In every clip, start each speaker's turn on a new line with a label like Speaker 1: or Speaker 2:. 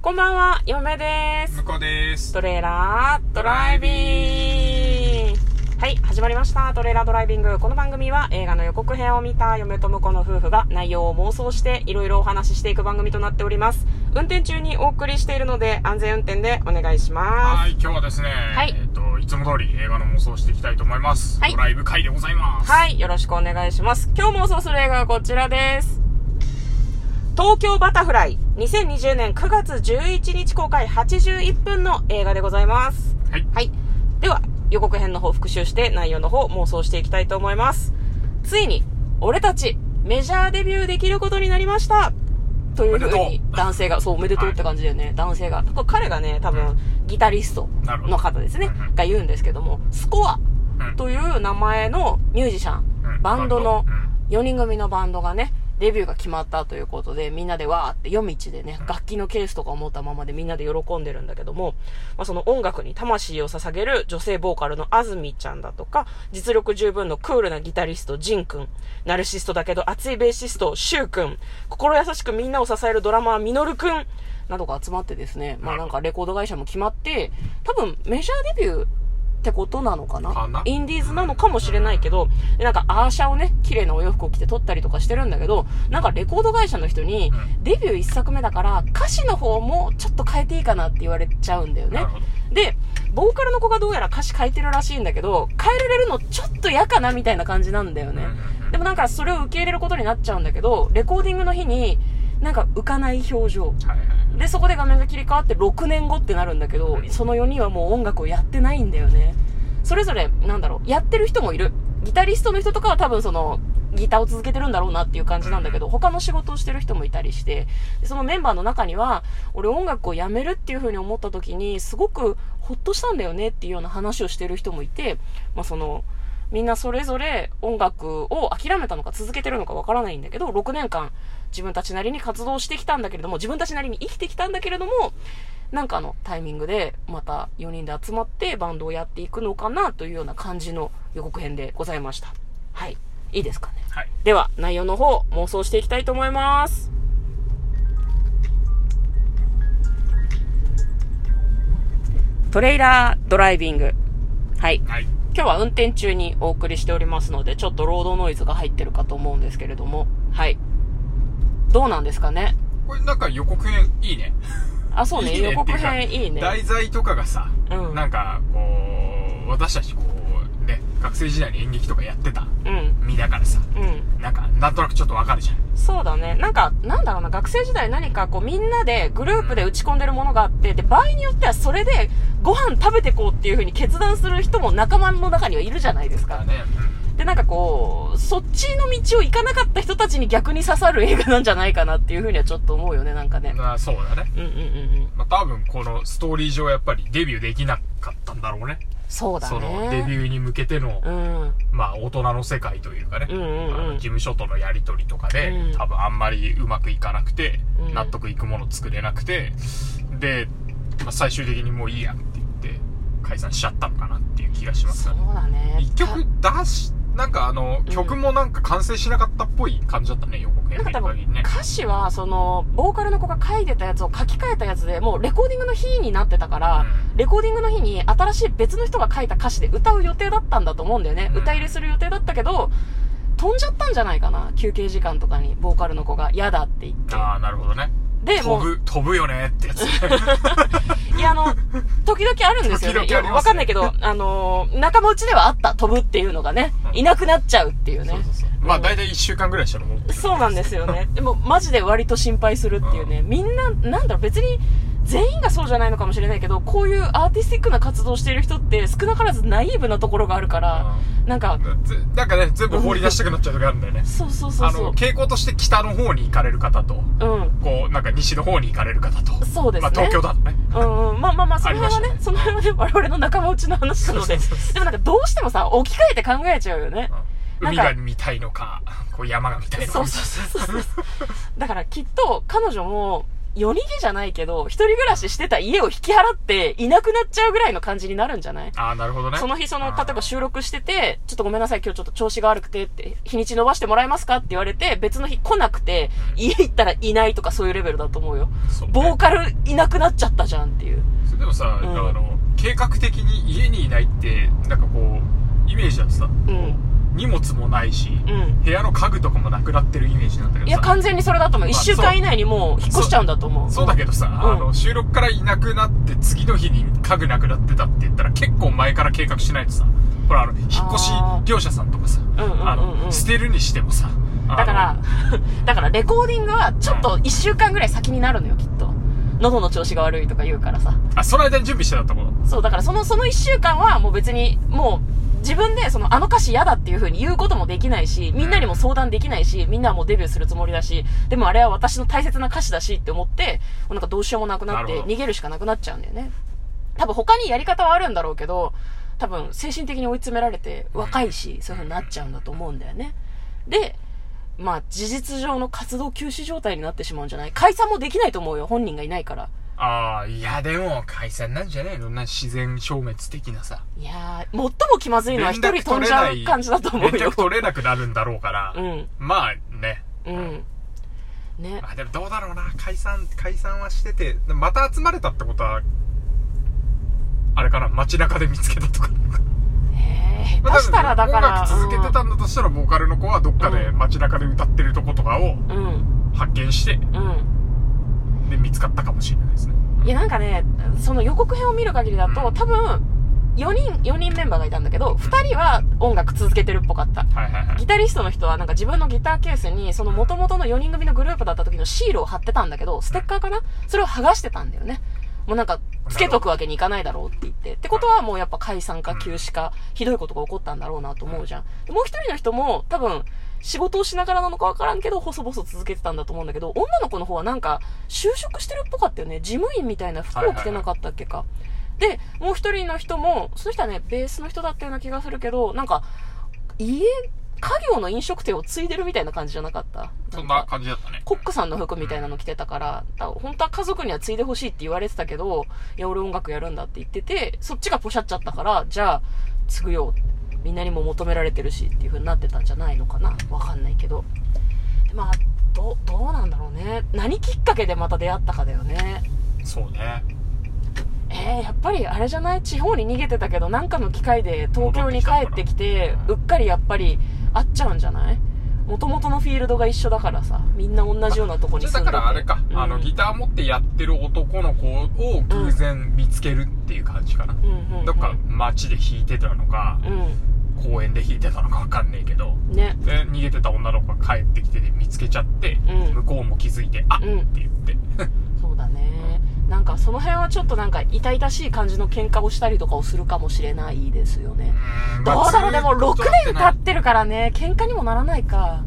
Speaker 1: こんばんは、嫁です。
Speaker 2: 向こうです
Speaker 1: トレーラードライビング。はい、始まりました。トレーラードライビング。この番組は映画の予告編を見た嫁と婿の夫婦が内容を妄想していろいろお話ししていく番組となっております。運転中にお送りしているので安全運転でお願いしま
Speaker 2: は
Speaker 1: す。
Speaker 2: い今日はですね、
Speaker 1: い
Speaker 2: えっといつも通り映画の妄想をしていきたいと思います、
Speaker 1: はい
Speaker 2: ドライブ会でございます
Speaker 1: はいい、よろしくお願いします。今日妄想する映画はこちらです。東京バタフライ、2020年9月11日公開81分の映画でございます。
Speaker 2: はい、
Speaker 1: はい。では、予告編の方を復習して内容の方妄想していきたいと思います。ついに、俺たち、メジャーデビューできることになりましたというふう
Speaker 2: おめで
Speaker 1: に
Speaker 2: と、う
Speaker 1: 男性が、そう、おめでとうって感じだよね。男性が。これ彼がね、多分、ギタリストの方ですね
Speaker 2: なるほどうんう。ん
Speaker 1: が言うんですけども、スコア
Speaker 2: うん
Speaker 1: という名前のミュージシャ
Speaker 2: う
Speaker 1: ン、
Speaker 2: ん
Speaker 1: バンドの
Speaker 2: バン
Speaker 1: 4人組のバンドがね、デビューが決まったということで、みんなでわーって夜道でね、楽器のケースとかを持ったままでみんなで喜んでるんだけども、まあ、その音楽に魂を捧げる女性ボーカルのあずみちゃんだとか、実力十分のクールなギタリストジンくん、ナルシストだけど熱いベーシストシュウくん、心優しくみんなを支えるドラマーミノルくん、などが集まってですね、まあなんかレコード会社も決まって、多分メジャーデビューってことなのかな
Speaker 2: かな
Speaker 1: インディーズなのかもしれないけど、でなんかアーシャをね、綺麗なお洋服を着て撮ったりとかしてるんだけど、なんかレコード会社の人に、
Speaker 2: うん
Speaker 1: デビュー1作目だから歌詞の方もちょっと変えていいかなって言われちゃうんだよ
Speaker 2: な
Speaker 1: ね
Speaker 2: る。ほど
Speaker 1: で、ボーカルの子がどうやら歌詞変えてるらしいんだけど、変えられるのちょっと嫌かなみたいな感じなんだよね。でもなんかそれを受け入れることになっちゃうんだけど、レコーディングの日に、なんか浮かない表情。
Speaker 2: はいはいはい
Speaker 1: で、そこで画面が切り替わって6年後ってなるんだけど、その4人はもう音楽をやってないんだよね。それぞれ、なんだろう、やってる人もいる。ギタリストの人とかは多分その、ギターを続けてるんだろうなっていう感じなんだけど、他の仕事をしてる人もいたりして、でそのメンバーの中には、俺音楽をやめるっていうふうに思った時に、すごくほっとしたんだよねっていうような話をしてる人もいて、まあその、みんなそれぞれ音楽を諦めたのか続けてるのかわからないんだけど、6年間自分たちなりに活動してきたんだけれども、自分たちなりに生きてきたんだけれども、なんかのタイミングでまた4人で集まってバンドをやっていくのかなというような感じの予告編でございました。はい。いいですかね。
Speaker 2: はい
Speaker 1: では、内容の方妄想していきたいと思います。トレーラードライビング。はい。
Speaker 2: はい
Speaker 1: 今日は運転中にお送りしておりますので、ちょっとロードノイズが入ってるかと思うんですけれども、はい。どうなんですかね
Speaker 2: これなんか予告編いいね
Speaker 1: あ、そうね、
Speaker 2: いいね
Speaker 1: 予告
Speaker 2: っ
Speaker 1: 編
Speaker 2: ていうか
Speaker 1: いいね。
Speaker 2: 題材とかがさ、
Speaker 1: うん
Speaker 2: なんかこう私たちこうね学生時代に演劇とかやってた
Speaker 1: うん、
Speaker 2: 身だからさ
Speaker 1: うん。
Speaker 2: なんかなんとなくちょっとわかるじゃん
Speaker 1: そうだね。なんか、なんだろうな、学生時代何かこうみんなでグループで打ち込んでるものがあって、で、場合によってはそれでご飯食べてこうっていう風に決断する人も仲間の中にはいるじゃないですか。
Speaker 2: ね、
Speaker 1: で、なんかこう、そっちの道を行かなかった人たちに逆に刺さる映画なんじゃないかなっていう風にはちょっと思うよね、なんかね
Speaker 2: うん。まあそうだね
Speaker 1: うんうんうんうん。
Speaker 2: まあ多分このストーリー上やっぱりデビューできなかったんだろうね
Speaker 1: そうだね。
Speaker 2: そのデビューに向けての、
Speaker 1: うん。
Speaker 2: まあ大人の世界というかね、
Speaker 1: うんうんうん
Speaker 2: あの事務所とのやり取りとかで、
Speaker 1: うん
Speaker 2: 多分あんまりうまくいかなくて、
Speaker 1: うん
Speaker 2: 納得いくもの作れなくてで、まあ、最終的にもういいやって言って解散しちゃったのかなっていう気がします
Speaker 1: そ
Speaker 2: が
Speaker 1: うだね。
Speaker 2: 一曲出しなんかあの
Speaker 1: ん
Speaker 2: 曲もなんか完成しなかったっぽい感じだったね予告
Speaker 1: な
Speaker 2: 編
Speaker 1: んか
Speaker 2: 見
Speaker 1: 多
Speaker 2: る限り
Speaker 1: 分
Speaker 2: ね
Speaker 1: 歌詞はそのボーカルの子が書いてたやつを書き換えたやつでもうレコーディングの日になってたから、
Speaker 2: う
Speaker 1: レコーディングの日に新しい別の人が書いた歌詞で歌う予定だったんだと思うんだよね、
Speaker 2: うん
Speaker 1: 歌入れする予定だったけど飛んじゃったんじゃないかな休憩時間とかにボーカルの子が嫌だって言って
Speaker 2: ああなるほどね
Speaker 1: でも
Speaker 2: 飛
Speaker 1: う
Speaker 2: ぶ飛ぶよねってやつ
Speaker 1: いやあ の時々あるんですよね
Speaker 2: 時々あ
Speaker 1: い
Speaker 2: りますね
Speaker 1: やわかんないけどあの仲間内ではあった飛ぶっていうのがね
Speaker 2: うん
Speaker 1: いなくなっちゃうっていうね
Speaker 2: そうそうそう まあ大体1週間ぐらいしたらもう
Speaker 1: そうなんですよね。でも、マジで割と心配するっていうね。みんな、なんだろう、別に、全員がそうじゃないのかもしれないけど、こういうアーティスティックな活動をしている人って少なからずナイーブなところがあるから、なんか、
Speaker 2: ぜなんかね、全部放り出したくなっちゃう時あるんだよね。
Speaker 1: そうそうそう
Speaker 2: あ
Speaker 1: そ
Speaker 2: の、傾向として北の方に行かれる方と、
Speaker 1: う。うん。
Speaker 2: こう、なんか西の方に行かれる方と。
Speaker 1: そうですね
Speaker 2: まあ東京だとね。
Speaker 1: うんうん、まあまあまあ、その辺は
Speaker 2: あり
Speaker 1: ね、
Speaker 2: ました
Speaker 1: そ
Speaker 2: ね
Speaker 1: の辺はね、我々の仲間内の話なので
Speaker 2: そうそうそうそ、う
Speaker 1: でもなんかどうしてもさ、置き換えて考えちゃうよね。
Speaker 2: うん
Speaker 1: なん
Speaker 2: 海
Speaker 1: か
Speaker 2: が見たいのか、こう山が見たいのか。
Speaker 1: そうそうそうそうそう。だからきっと彼女も、夜逃げじゃないけど、一人暮らししてた家を引き払って、いなくなっちゃうぐらいの感じになるんじゃない
Speaker 2: ああ、なるほどね。
Speaker 1: その日、その、
Speaker 2: あ
Speaker 1: 例
Speaker 2: ー
Speaker 1: えば収録してて、ちょっとごめんなさい、今日ちょっと調子が悪くてって、日にち伸ばしてもらえますかって言われて、別の日来なくて、家行ったらいないとかそういうレベルだと思うよ。
Speaker 2: そうね
Speaker 1: ボーカルいなくなっちゃったじゃんっていう。
Speaker 2: それでもさ、
Speaker 1: うん
Speaker 2: だから計画的に家にいないってなんかこうイメージだとさ、
Speaker 1: うん。
Speaker 2: 荷物もないし、
Speaker 1: うん。
Speaker 2: 部屋の家具とかもなくなってるイメージなんだけど
Speaker 1: い
Speaker 2: さ
Speaker 1: や、完全にそれだと思う。
Speaker 2: ま
Speaker 1: 一
Speaker 2: あ
Speaker 1: 週間以内にもう引っ越しちゃうんだと思う。
Speaker 2: そうだけどさ、あの収録からいなくなって次の日に家具なくなってたって言ったら結構前から計画しないとさほらあの引っ越し
Speaker 1: あー
Speaker 2: 業者さんとかさ
Speaker 1: んうんうんうん
Speaker 2: あの捨てるにしてもさあの
Speaker 1: だから、 だからレコーディングはちょっと一週間ぐらい先になるのよ、きっと。喉の調子が悪いとか言うからさ。
Speaker 2: あその間に準備してたところ
Speaker 1: そう、だからその、その一週間はもう別に、もう自分でその、あの歌詞嫌だっていう風に言うこともできないし、みんなにも相談できないし、みんなはもうデビューするつもりだし、でもあれは私の大切な歌詞だしって思って、もうなんかどうしようもなくなっ
Speaker 2: なる
Speaker 1: て、
Speaker 2: ほど
Speaker 1: 逃げるしかなくなっちゃうんだよね。多分他にやり方はあるんだろうけど、多分精神的に追い詰められて、若いし、そういう風になっちゃうんだと思うんだよね。で、まあ事実上の活動休止状態になってしまうんじゃない解散もできないと思うよ、本人がいないから。
Speaker 2: ああいやでも解散なんじゃねえのな自然消滅的なさ
Speaker 1: いやー、最も気まずいのは一人飛んじゃう感じだと思う
Speaker 2: 連
Speaker 1: よ
Speaker 2: 絡。取れなくなるんだろうから、
Speaker 1: うん。
Speaker 2: まあね
Speaker 1: うん。ね。
Speaker 2: まあでもどうだろうな解散解散はしててでもまた集まれたってことはあれかな街中で見つけたとか
Speaker 1: えー、
Speaker 2: ま
Speaker 1: 下
Speaker 2: あ
Speaker 1: 手したらだから。
Speaker 2: 音楽続けてたんだとしたら、ボーカルの子はどっかで
Speaker 1: うん
Speaker 2: 街中で歌ってるとことかを
Speaker 1: うん。うん。
Speaker 2: 発見して、
Speaker 1: うん。
Speaker 2: で、見つかったかもしれないですね。
Speaker 1: いや、なんかね、その予告編を見る限りだと、多分、4人、4人メンバーがいたんだけど、2人は音楽続けてるっぽかった。
Speaker 2: はいはいはい。
Speaker 1: ギタリストの人はなんか自分のギターケースに、その元々の4人組のグループだった時のシールを貼ってたんだけど、ステッカーかなそれを剥がしてたんだよね。もうなんか、つけとくわけにいかないだろうって言って。ってことはもうやっぱ解散か休止か、ひどいことが起こったんだろうなと思うじゃん。でもう一人の人も、多分、仕事をしながらなのかわからんけど、細々続けてたんだと思うんだけど、女の子の方はなんか、就職してるっぽかったよね。事務員みたいな服を着てなかったっけか。で、もう一人の人も、その人はね、ベースの人だったような気がするけど、なんか、家、家業の飲食店を継いでるみたいな感じじゃなかった。
Speaker 2: そん
Speaker 1: か
Speaker 2: な感じだったね。
Speaker 1: コックさんの服みたいなの着てたから、だから本当は家族には継いでほしいって言われてたけど、いや、俺音楽やるんだって言ってて、そっちがポシャっちゃったから、じゃあ、継ぐよ。みんなにも求められてるしっていう風になってたんじゃないのかな。わかんないけど。でまあ、ど、どうなんだろうね。何きっかけでまた出会ったかだよね。
Speaker 2: そうね。
Speaker 1: えー、やっぱりあれじゃない地方に逃げてたけど、なんかの機会で東京に帰ってきて、うっかりやっぱり会っちゃうんじゃない元々のフィールドが一緒だからさ、みんな同じようなとこに
Speaker 2: じゃ
Speaker 1: 住
Speaker 2: あ
Speaker 1: んで
Speaker 2: だ
Speaker 1: て
Speaker 2: からあれか、あ
Speaker 1: う
Speaker 2: の、
Speaker 1: ん
Speaker 2: ギター持ってやってる男の子を偶然見つけるっていう感じかな。
Speaker 1: うんうんうん
Speaker 2: どっか街で弾いてたのか、
Speaker 1: う
Speaker 2: 公園で弾いてたのかわかんねえけど、
Speaker 1: んね
Speaker 2: で、逃げてた女の子が帰ってきてで見つけちゃって、
Speaker 1: うん
Speaker 2: 向こうも気づいて、あっって
Speaker 1: うん
Speaker 2: 言って。
Speaker 1: そうだねなんかその辺はちょっとなんか痛々しい感じの喧嘩をしたりとかをするかもしれないですよね
Speaker 2: ん
Speaker 1: ど
Speaker 2: まあ
Speaker 1: うだろうでも
Speaker 2: ずーっ
Speaker 1: 6
Speaker 2: と会って
Speaker 1: 年
Speaker 2: ない
Speaker 1: 経ってるからね喧嘩にもならないか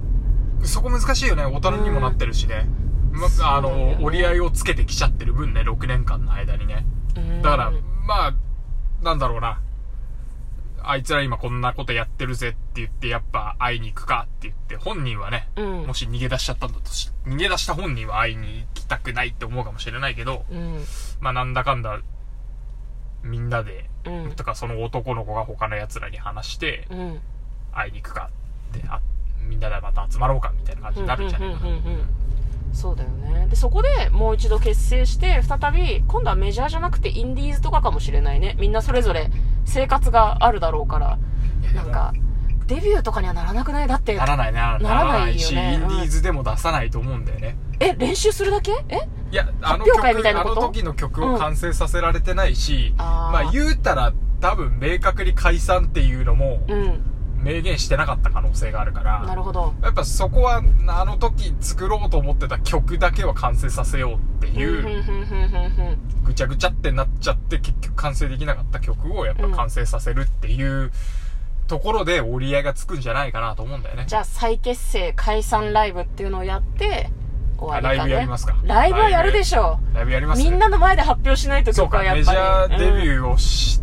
Speaker 2: そこ難しいよね。大人にもなってるしね。ま
Speaker 1: そう
Speaker 2: あ、
Speaker 1: な
Speaker 2: あ
Speaker 1: んだよね
Speaker 2: の、折り合いをつけてきちゃってる分ね、6年間の間にね。
Speaker 1: うん
Speaker 2: だから、まあ、なんだろうな。あいつら今こんなことやってるぜって言って、やっぱ会いに行くかって言って、本人はね、
Speaker 1: うん
Speaker 2: もし逃げ出しちゃったんだとし、逃げ出した本人は会いに行きたくないって思うかもしれないけど、
Speaker 1: うん
Speaker 2: まあなんだかんだ、みんなで、
Speaker 1: うん
Speaker 2: とかその男の子が他の奴らに話して、
Speaker 1: うん
Speaker 2: 会いに行くかって、あみんなでまた集まろうかみたいな感じになるんじゃないかな
Speaker 1: うんうんうんうんうんそうだよねでそこでもう一度結成して再び今度はメジャーじゃなくてインディーズとかかもしれないねみんなそれぞれ生活があるだろうから
Speaker 2: いやで
Speaker 1: な
Speaker 2: も
Speaker 1: んかデビューとかにはならなくないだって
Speaker 2: ならないな、
Speaker 1: ならないよね
Speaker 2: し、
Speaker 1: うん
Speaker 2: インディーズでも出さないと思うんだよね。
Speaker 1: え練習するだけえ
Speaker 2: いや、あの
Speaker 1: 発表会みたい
Speaker 2: 曲、
Speaker 1: な
Speaker 2: あ
Speaker 1: こと
Speaker 2: の時の曲を完成させられてないし、
Speaker 1: あー
Speaker 2: まあ言うたら多分明確に解散っていうのも
Speaker 1: うん
Speaker 2: 明言してなかった可能性があるか
Speaker 1: な
Speaker 2: ら、
Speaker 1: るほど
Speaker 2: やっぱそこはあの時作ろうと思ってた曲だけは完成させようって
Speaker 1: ふんふ
Speaker 2: い
Speaker 1: ん
Speaker 2: う、
Speaker 1: ふんふんふんふん
Speaker 2: ぐちゃぐちゃってなっちゃって結局完成できなかった曲をやっぱ完成させるっていうところで折り合いがつくんじゃないかなと思うんだよね。
Speaker 1: じゃあ再結成解散ライブっていうのをやって終わ
Speaker 2: あ
Speaker 1: りか、
Speaker 2: ラ
Speaker 1: ね、
Speaker 2: イブやりますか
Speaker 1: ライブはやるでしょ
Speaker 2: ライブやりま
Speaker 1: う
Speaker 2: す
Speaker 1: みんなの前で発表しないと
Speaker 2: そう
Speaker 1: 曲
Speaker 2: か
Speaker 1: はや
Speaker 2: メ
Speaker 1: っ
Speaker 2: ジ
Speaker 1: ぱり
Speaker 2: ャーデビ
Speaker 1: うん
Speaker 2: ューをし,、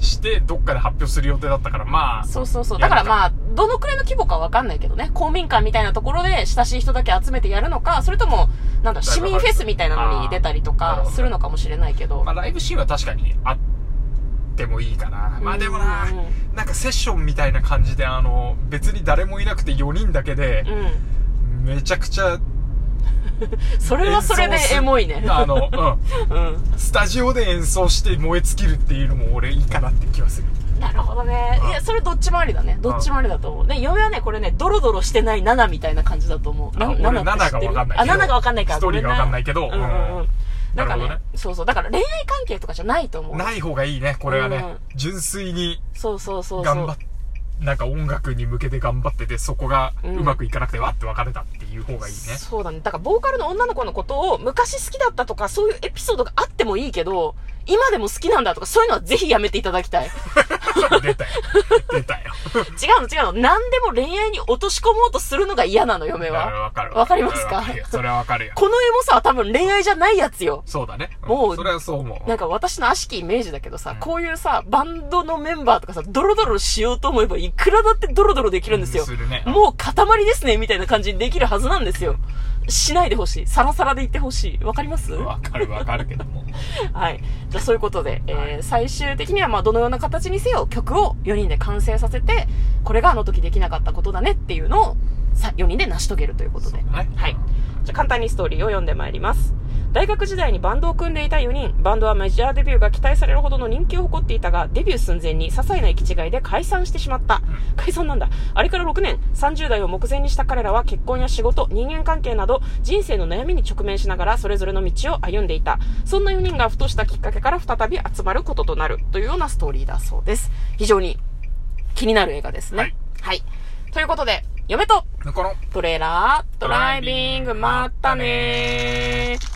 Speaker 2: してどっかで発表する予定だったからまあ
Speaker 1: そうそうそうだからまあどのくらいの規模かわかんないけどね公民館みたいなところで親しい人だけ集めてやるのかそれともなんだ、市民フェスみたいなのに出たりと
Speaker 2: あーなる
Speaker 1: か
Speaker 2: ほど
Speaker 1: するのかもしれないけど
Speaker 2: まあ、。ライブシーンは確かにあってもいいかな。まあでもな
Speaker 1: うんうん、
Speaker 2: なんかセッションみたいな感じで、あの、別に誰もいなくて4人だけで
Speaker 1: う、ん。
Speaker 2: めちゃくちゃ、
Speaker 1: それはそれでエモいね。
Speaker 2: あの、う
Speaker 1: うん。
Speaker 2: ん。スタジオで演奏して燃え尽きるっていうのも俺いいかなって気はする。
Speaker 1: なるほどね。いや、それどっちもありだね。どっちもありだと思う。で、嫁はね、これね、ドロドロしてない7みたいな感じだと思う。
Speaker 2: あ俺7が
Speaker 1: って知ってる
Speaker 2: わかんない
Speaker 1: あ、7がわかんないから。
Speaker 2: ストーリーがわかんないけど
Speaker 1: ごめんなうんうんうん。だから
Speaker 2: なるほど
Speaker 1: ね
Speaker 2: ね、
Speaker 1: そうそう。だから恋愛関係とかじゃないと思う。
Speaker 2: ない方がいいね、これは
Speaker 1: う
Speaker 2: ね
Speaker 1: ん。
Speaker 2: 純粋に
Speaker 1: そうそうそうそう。
Speaker 2: 頑張っなんか音楽に向けて頑張ってて、そこがうまくいかなくてわって別れたっていう方がいいね。
Speaker 1: そうだね。だから、ボーカルの女の子のことを昔好きだったとか、そういうエピソードがあってもいいけど、今でも好きなんだとか、そういうのはぜひやめていただき たい。違
Speaker 2: 出たよ。出たよ。
Speaker 1: うの違うの。何でも恋愛に落とし込もうとするのが嫌なの、嫁
Speaker 2: わかる
Speaker 1: は。
Speaker 2: わかる。
Speaker 1: わかりますか
Speaker 2: わるよそれはわかるよ。
Speaker 1: このエモさは多分恋愛じゃないやつよ。
Speaker 2: そうだね。ん
Speaker 1: もう
Speaker 2: それはそう思う。
Speaker 1: なんか私の悪しきイメージだけどさ、
Speaker 2: うん
Speaker 1: こういうさ、バンドのメンバーとかさ、ドロドロしようと思えばいくらだってドロドロできるんですよ。
Speaker 2: するね。
Speaker 1: もう塊ですね、みたいな感じにできるはずなんですよ。しないでほしい。サラサラでいってほしい。わかります
Speaker 2: わかるわかるけども。
Speaker 1: はい。じゃあそういうことで、えー最終的にはまあどのような形にせよ曲を4人で完成させて、これがあの時できなかったことだねっていうのをさ4人で成し遂げるということで。
Speaker 2: はい。
Speaker 1: はい。じゃあ簡単にストーリーを読んでまいります。大学時代にバンドを組んでいた4人、バンドはメジャーデビューが期待されるほどの人気を誇っていたが、デビュー寸前に些細な行き違いで解散してしまった。解散なんだ。あれから6年、30代を目前にした彼らは結婚や仕事、人間関係など、人生の悩みに直面しながらそれぞれの道を歩んでいた。そんな4人がふとしたきっかけから再び集まることとなるというようなストーリーだそうです。非常に気になる映画ですね。
Speaker 2: はい
Speaker 1: はい、ということで、嫁と
Speaker 2: この、
Speaker 1: トレーラードライビング、まったねー。